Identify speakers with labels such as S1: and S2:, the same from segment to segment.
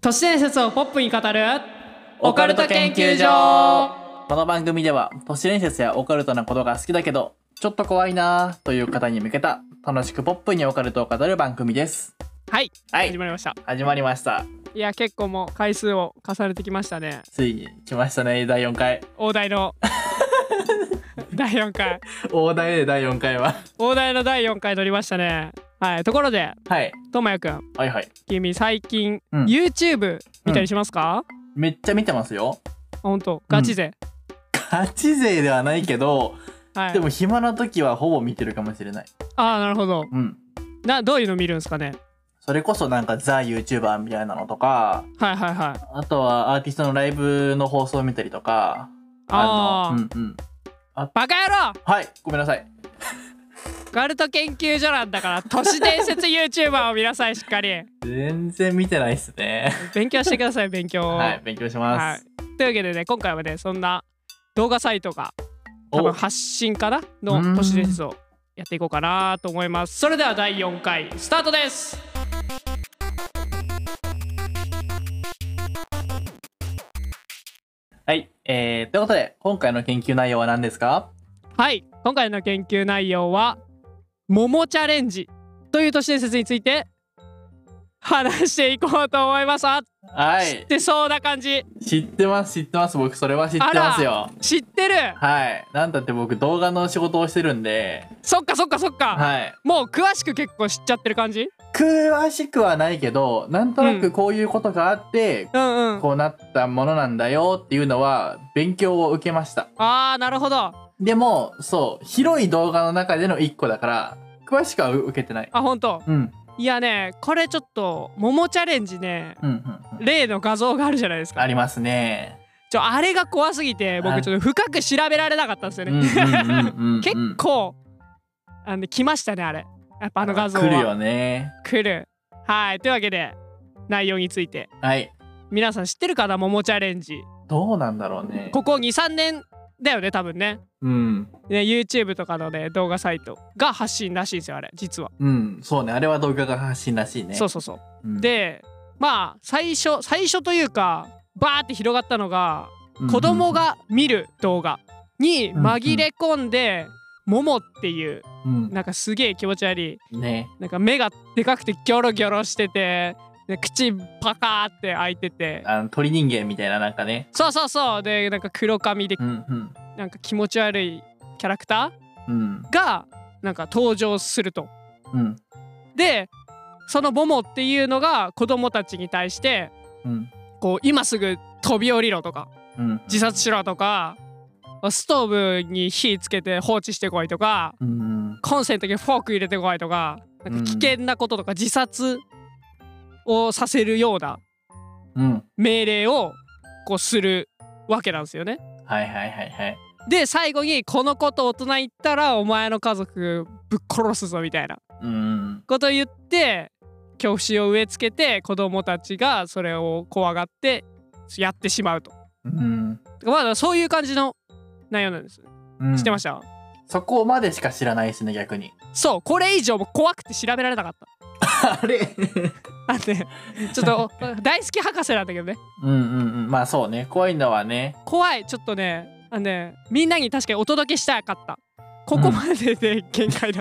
S1: 都市伝説をポップに語る
S2: オカルト研究所この番組では都市伝説やオカルトなことが好きだけどちょっと怖いなという方に向けた楽しくポップにオカルトを語る番組です
S1: はい、
S2: はい
S1: 始まりました
S2: 始まりました
S1: いや結構もう回数を重ねてきましたね
S2: ついに来ましたね第4回
S1: 大台の 第4回
S2: 大台で第4回は
S1: 大台の第4回乗りましたねはいところで
S2: はい
S1: ともやくん
S2: はいはい
S1: 君最近、
S2: うん
S1: YouTube 見たりしますか、あ
S2: めっちゃ見てますよ
S1: 本当ガチ勢、
S2: ガチ勢ではないけど
S1: はい
S2: でも暇な時はほぼ見てるかもしれない
S1: ああなるほど
S2: うん
S1: などういうの見るんですかね
S2: それこそなんかザ・ YouTuber みたいなのとか
S1: はいはいはい
S2: あとはアーティストのライブの放送を見たりとか
S1: ああ、
S2: のうんうん
S1: バカ野郎
S2: はいごめんなさい
S1: オカルト研究所なんだから都市伝説 YouTuber を見なさいしっかり
S2: 全然見てないっすね。
S1: 勉強してください勉強を
S2: はい、勉強します。
S1: はいというわけでね今回はねそんな動画サイトが
S2: お
S1: 多分発信かな
S2: うーん
S1: の都市伝説をやっていこうかなと思いますそれでは第4回スタートです
S2: はい、えー、ということで、今回の研究内容は何ですか
S1: はい今回の研究内容は「桃チャレンジ」という都市伝説について話していこうと思いますあ、
S2: は
S1: 知っ
S2: い、
S1: てそうな感じ
S2: 知ってます、知ってます。僕、それは知ってますよ。
S1: 知ってる
S2: はい、なんだって僕、動画の仕事をしてるんで、
S1: そっかそっかそっか、
S2: はい。
S1: もう詳しく結構知っちゃってる感じ
S2: 詳しくはないけど、なんとな
S1: う
S2: く
S1: ん
S2: こういうことがあって、
S1: うんうん
S2: こうなったものなんだよっていうのは、勉強を受けました。
S1: あーなるほどあ
S2: でも、そう、広い動画の中での一個だから、詳しくは受けてない。
S1: 本当
S2: うん、
S1: いやねこれちょっと桃チャレンジね
S2: うん、うんうん。
S1: 例の画像があるじゃないですか
S2: ありますね。
S1: ちょあれが怖すぎて
S2: は
S1: 僕
S2: い
S1: ちょっと深く調べられなかったんですよ
S2: うんうん
S1: ね
S2: うんうんうん
S1: 結構あのね来ましたねあれやっぱあの画像は
S2: 来るよね
S1: 来るはいというわけで内容について
S2: はい
S1: 皆さん知ってるかな桃チャレンジ
S2: どうなんだろうね
S1: ここ23年だよね多分ね
S2: うん
S1: ね YouTube とかのね動画サイトが発信らしいんですよあれ実は、
S2: うんそうねあれは動画が発信らしいね
S1: そうそうそう
S2: うん
S1: でまあ最初最初というかバーって広がったのが
S2: うん
S1: 子供が見る動画に紛れ込んで「もも」っていう
S2: うん
S1: なんかすげえ気持ち悪い
S2: ね
S1: なんか目がでかくてギョロギョロしててで口パカーって開いてて
S2: あの鳥人間みたいななんかね
S1: そうそうそうでなんか黒髪で
S2: うんうん
S1: なんか気持ち悪いキャラクタ
S2: うん
S1: ーがなんか登場すると。
S2: うん
S1: でその「もも」っていうのが子供たちに対して
S2: うん
S1: こう今すぐ飛び降りろとか
S2: うん
S1: 自殺しろとかストーブに火つけて放置してこいとか
S2: うん
S1: コンセントにフォーク入れてこいとかなんか危険なこととか自殺をさせるような
S2: うん
S1: 命令をこうするわけなんですよね。
S2: はいはいはいはい
S1: で最後にこのこと大人言ったらお前の家族ぶっ殺すぞみたいな
S2: うん
S1: ことを言って恐怖心を植え付けて子供たちがそれを怖がってやってしまうと。
S2: うん
S1: まあそういう感じの内容なんです。
S2: うん
S1: 知ってました、
S2: そこまでしか知らないですね逆に
S1: そうこれ以上も怖くて調べられなかった
S2: あれ
S1: なんでち ょっと大好き博士なんだけどね
S2: うんうんうんまあそうね怖いのはね
S1: 怖いちょっとねあのねみんなに確かにお届けしたかったここまでで限界だ、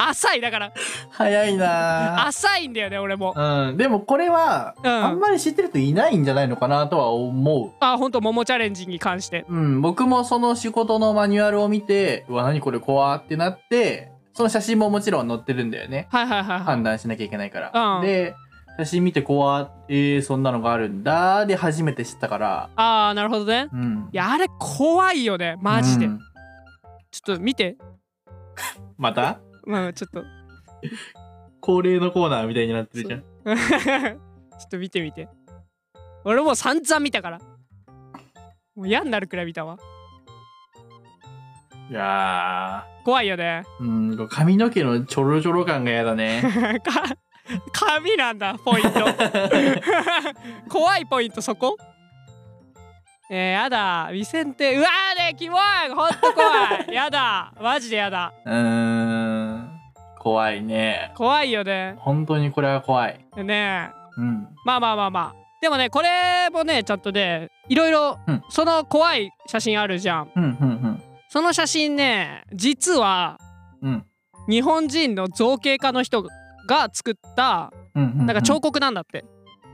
S1: 浅いだから
S2: 早いな
S1: 浅いんだよね俺も
S2: うんでもこれは
S1: うん
S2: あんまり知ってる人いないんじゃないのかなとは思う。
S1: あほんと桃チャレンジに関して
S2: うん、僕もその仕事のマニュアルを見て、うわ、何これ怖ってなって、その写真ももちろん載ってるんだよね。
S1: はいはいはいはい
S2: 判断しなきゃいけないから。
S1: うん
S2: で、写真見て怖えー、そんなのがあるんだで初めて知ったから。
S1: ああなるほどね
S2: うん
S1: い。やあれ怖いよねマジで、
S2: うん
S1: ちょっと見て
S2: また
S1: まあちょっと
S2: 恒例のコーナーみたいになってるじゃん。
S1: ちょっと見てみて俺もう散々見たからもう嫌になるくらい見たわ
S2: いや
S1: 怖いよね
S2: ー。うん、髪の毛のちょろちょろ感が嫌 だね。
S1: か紙なんだポイン ト怖いポイントそこえー、やだ未選定うわーねキモいほんと怖い やだマジでやだ
S2: うーん。怖いね。
S1: 怖いよね
S2: 本当にこれは怖い。
S1: ねえ
S2: うん。
S1: まあまあまあまあでもねこれもねちゃんとねいろいろ
S2: うん
S1: その怖い写真あるじゃん
S2: うんうん
S1: その写真ね実は
S2: うん。うん。
S1: 日本人の造形家の人が作った
S2: うんうん、うん。
S1: なんか彫刻なんだって、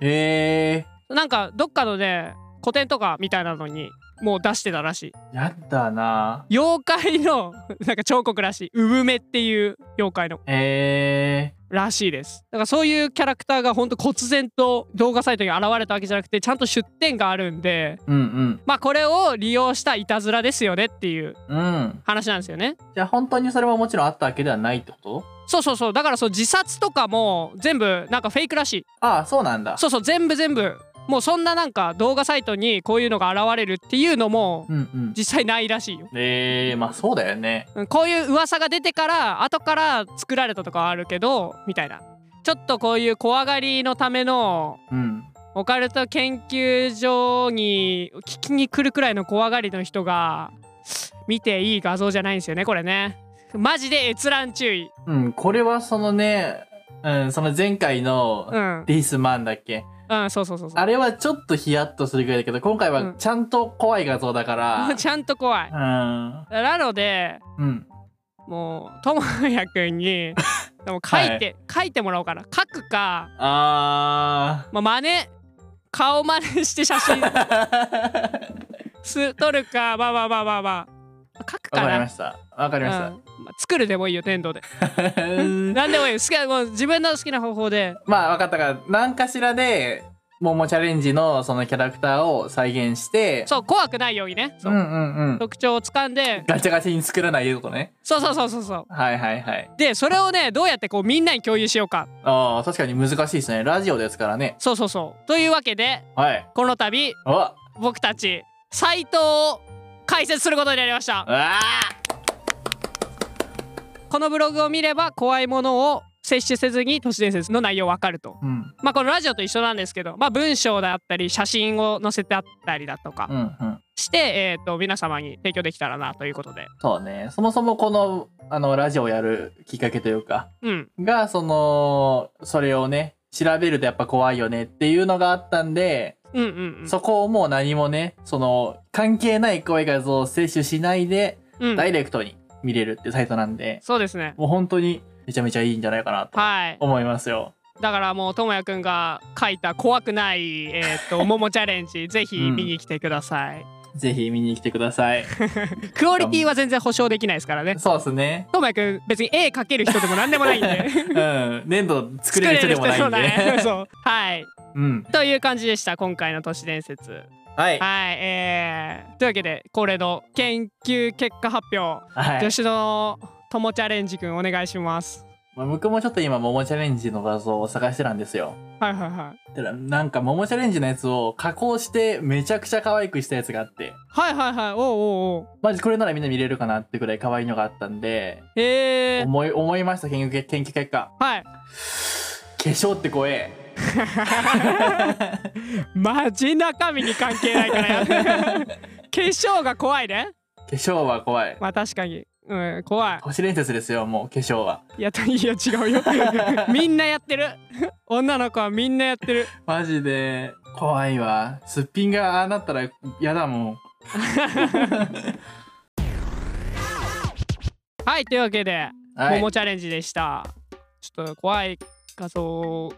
S2: え
S1: なんかどっかのね古典とかみたいなのにもう出してたらしい
S2: ー、やだな。
S1: 妖怪の なんか彫刻らしいうぶめっていう妖怪の
S2: え
S1: らしいですだからそういうキャラクターがほんと忽然と動画サイトに現れたわけじゃなくてちゃんと出典があるんで
S2: ー、うん
S1: まあこれを利用したいたずらですよねっていう
S2: うん。うん。
S1: 話なんですよね
S2: じゃあ本当にそれももちろんあったわけではないってこと
S1: そうそうそうだからそう自殺とかも全部なんかフェイクらしい
S2: ああ、そうなんだ。
S1: そうそう全部全部もうそんななんか動画サイトにこういうのが現れるっていうのも
S2: うんうん。
S1: 実際ないらしいよ
S2: えー、まあそうだよね。
S1: うんこういう噂が出てから後から作られたとかはあるけどみたいなちょっとこういう怖がりのための
S2: うん。
S1: オカルト研究所に聞きに来るくらいの怖がりの人が見ていい画像じゃないんですよねこれねマジで閲覧注意
S2: うん、これはそのね、うん、その前回の
S1: うん
S2: リースマンだっけ、
S1: うんそうそうそうそ
S2: あれはちょっとヒヤッとするぐらいだけど、今回
S1: う
S2: は
S1: ん
S2: ちゃんと怖い画像だから。
S1: うちゃんと怖い
S2: うん。
S1: なので
S2: うん。
S1: もうともやくんにでも書いて、書いてもらおうかな書くか、
S2: あ
S1: まあ、真似顔真似して写真
S2: ー。わ
S1: す撮るかまあまあまあまあまあ書くか
S2: かり
S1: な
S2: ました。わかりました。
S1: うんまあ作るでもいいよ粘土で何でもいいよ好きなもう自分の好きな方法で
S2: まあ分かったから何かしらでももチャレンジのそのキャラクターを再現して
S1: そう怖くないようにねそう、
S2: んうんうん
S1: 特徴を掴んで
S2: ガチャガチャに作らないでとね
S1: そうそうそうそうそう
S2: はいはいはい
S1: でそれをねどうやってこうみんなに共有しようか
S2: ああ確かに難しいですねラジオですからね
S1: そうそうそうというわけで
S2: はい
S1: この度
S2: おわ
S1: 僕たちサイトを開設することになりました
S2: あ
S1: このブログを見れば怖いものを摂取せずに都市伝説の内容わかると
S2: うん
S1: まあこのラジオと一緒なんですけどまあ文章だったり写真を載せてあったりだとか
S2: うんうん
S1: して、えー、と皆様に提供できたらなということで
S2: そうねそもそもこのあのラジオをやるきっかけというか
S1: うん
S2: がそのそれをね調べるとやっぱ怖いよねっていうのがあったんで
S1: うんうん
S2: そこをもう何もねその関係ない声画像を摂取しないで
S1: うん、う
S2: ダ
S1: ん、
S2: イレクトに見れるってサイトなんで、
S1: そうですね
S2: もう本当にめちゃめちゃいいんじゃないかなと
S1: はい
S2: 思いますよ。
S1: だからもうともやくんが書いた怖くないえーっ とももチャレンジぜひ見に来てください、
S2: ぜひ見に来てくだ さい。
S1: クオリティは全然保証できないですからね
S2: そうですね。
S1: ともやくん別に絵描ける人でも何でもないんで
S2: うん。粘土 作れる人でもないん
S1: 作れる人でもない
S2: で。
S1: そうはい
S2: うん。
S1: という感じでした今回の都市伝説
S2: はい。
S1: はいえー、というわけで恒例の研究結果発表、
S2: はい
S1: 女。子のともチャレンジくんお願いします
S2: まあ僕もちょっと今、桃チャレンジの画像を探してたんですよ。
S1: はいはいはい
S2: ただなんか、桃チャレンジのやつを加工して、めちゃくちゃ可愛くしたやつがあって、
S1: はいはいはいおうおうおう
S2: マジこれならみんな見れるかなってくらい可愛いのがあったんで、
S1: えー、
S2: 思い、思いました、研究、研究結果。
S1: はい
S2: 化粧って怖え。
S1: マジ中身に関係ないからや化粧が怖いね
S2: 化粧は怖い。
S1: まあ確かにうん怖い
S2: 都市伝説ですよ、もう化粧は。
S1: いやといや違うよみんなやってる女の子はみんなやってる
S2: マジで怖いわ。すっぴんがああなったら嫌だもん。
S1: はいというわけで、
S2: は
S1: ももチャレンジでしたちょっと怖い画像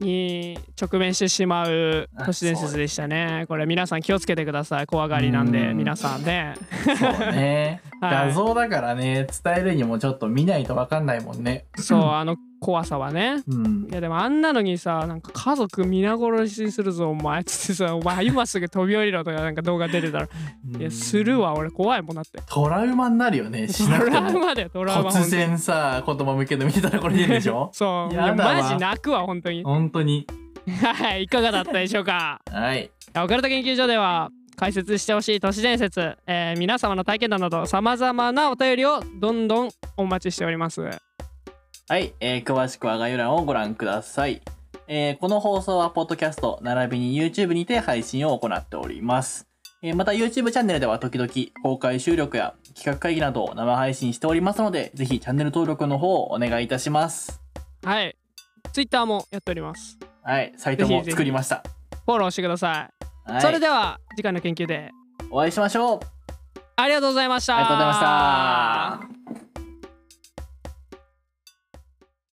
S1: に直面してしまう都市伝説でしたねこれ皆さん気をつけてください怖がりなんで
S2: うん
S1: 皆さんね
S2: そうね。
S1: はい
S2: 画像だからね、伝えるにもちょっと見ないとわかんないもんね。
S1: そうあの怖さはね
S2: うん
S1: い。やでもあんなのにさなんか家族皆殺しにするぞお前つってさお 前今すぐ飛び降りろとかなんか動画出てたらいやするわ俺怖いもんだって
S2: トラウマになるよね、しな
S1: ト
S2: くて
S1: ラウ
S2: も。
S1: マだよトラウマ
S2: 突然さ、子供向けの見てたらこれ出るでし ょ
S1: そういや
S2: やだわ
S1: マジ泣くわ本当に
S2: 本当に。
S1: はいいかがだったでしょうか
S2: はい。
S1: オカルト研究所では解説してほしい都市伝説、えー皆様の体験談などさまざまなお便りをどんどんお待ちしております
S2: はい、えー詳しくは概要欄をご覧ください。えーこの放送は、ポッドキャスト、並びに YouTube にて配信を行っております。えーまた YouTube チャンネルでは時々公開収録や企画会議などを生配信しておりますので、ぜひチャンネル登録の方をお願いいたします。
S1: はい Twitter もやっております
S2: はい、サイトも作りました。
S1: フォローしてください、
S2: はい、
S1: それでは次回の研究で
S2: お会いしましょう。
S1: ありがとうございました
S2: ありがとうございました。